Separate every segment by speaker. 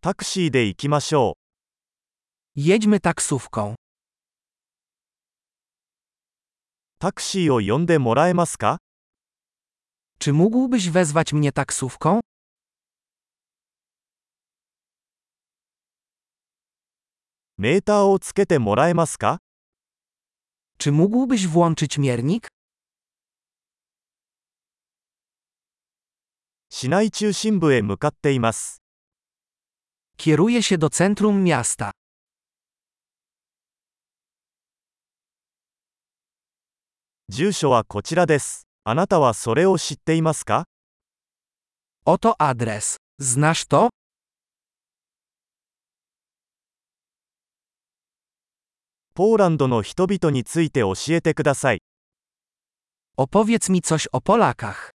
Speaker 1: タクシーで行きましょ
Speaker 2: Jedźmy taksówką.
Speaker 1: う。タクシーを呼んでもらえますか
Speaker 2: Czy mógłbyś wezwać mnie taksówką?
Speaker 1: メーターをつけてもらえますか
Speaker 2: Czy mógłbyś włączyć miernik?
Speaker 1: 市内中心部へ向かっています。
Speaker 2: Kieruję się do centrum miasta.
Speaker 1: 住所はこちらです。あなたはそれを知っていますか
Speaker 2: Oto adres. Znasz to?
Speaker 1: ポーランドの人々について教えてください。
Speaker 2: Opowiedz mi coś o Polakach.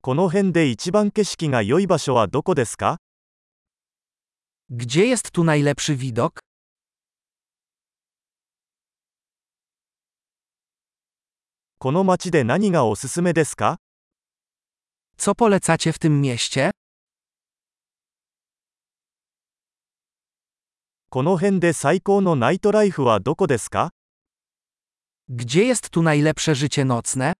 Speaker 1: この辺で一番景色が良い場所はどこですか
Speaker 2: Gdzie jest tu najlepszy widok?
Speaker 1: この街で何がおすすめですか
Speaker 2: Co polecacie w tym mieście?
Speaker 1: この辺で最高のナイトライフはどこですか
Speaker 2: Gdzie jest tu najlepsze życie nocne?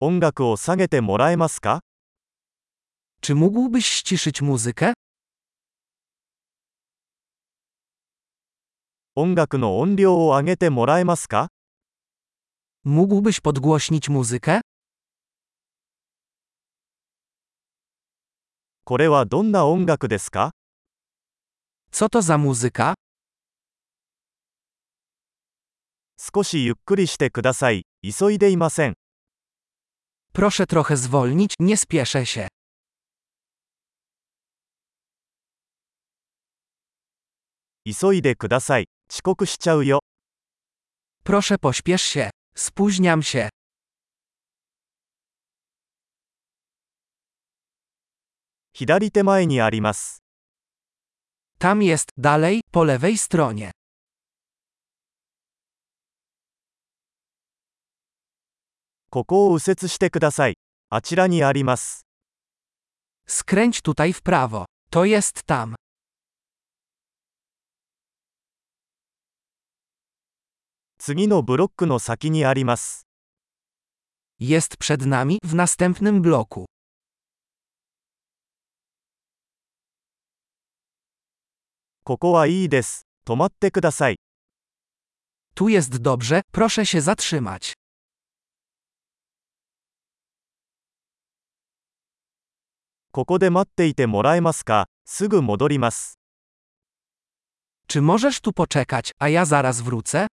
Speaker 1: 音楽を下げてもらえますか
Speaker 2: Czy mógłbyś ściszyć muzykę?
Speaker 1: 音楽の音量を上げてもらえますか
Speaker 2: Mógłbyś podgłośnić muzykę?
Speaker 1: これはどんな音楽ですか
Speaker 2: Co to za muzyka?
Speaker 1: 少しゆっくりしてください。急いでいません。
Speaker 2: Proszę trochę zwolnić, nie spieszę się.
Speaker 1: 急いでください。遅刻しちゃうよ。
Speaker 2: Proszę pośpiesz się. Spóźniam się.
Speaker 1: 左手前にあります。
Speaker 2: Tam jest, dalej, po lewej stronie.
Speaker 1: ここを右折してください。あちらにあります。
Speaker 2: Skręć tutaj w prawo. To jest tam.
Speaker 1: 次のブロックの先にあります。
Speaker 2: Jest przed nami, w następnym bloku.
Speaker 1: ここはいいです。止まってください。
Speaker 2: Tu jest dobrze, proszę się zatrzymać.
Speaker 1: ここで待っていてもらえますかすぐ戻ります。
Speaker 2: Czy możesz tu poczekać, a ja zaraz wrócę?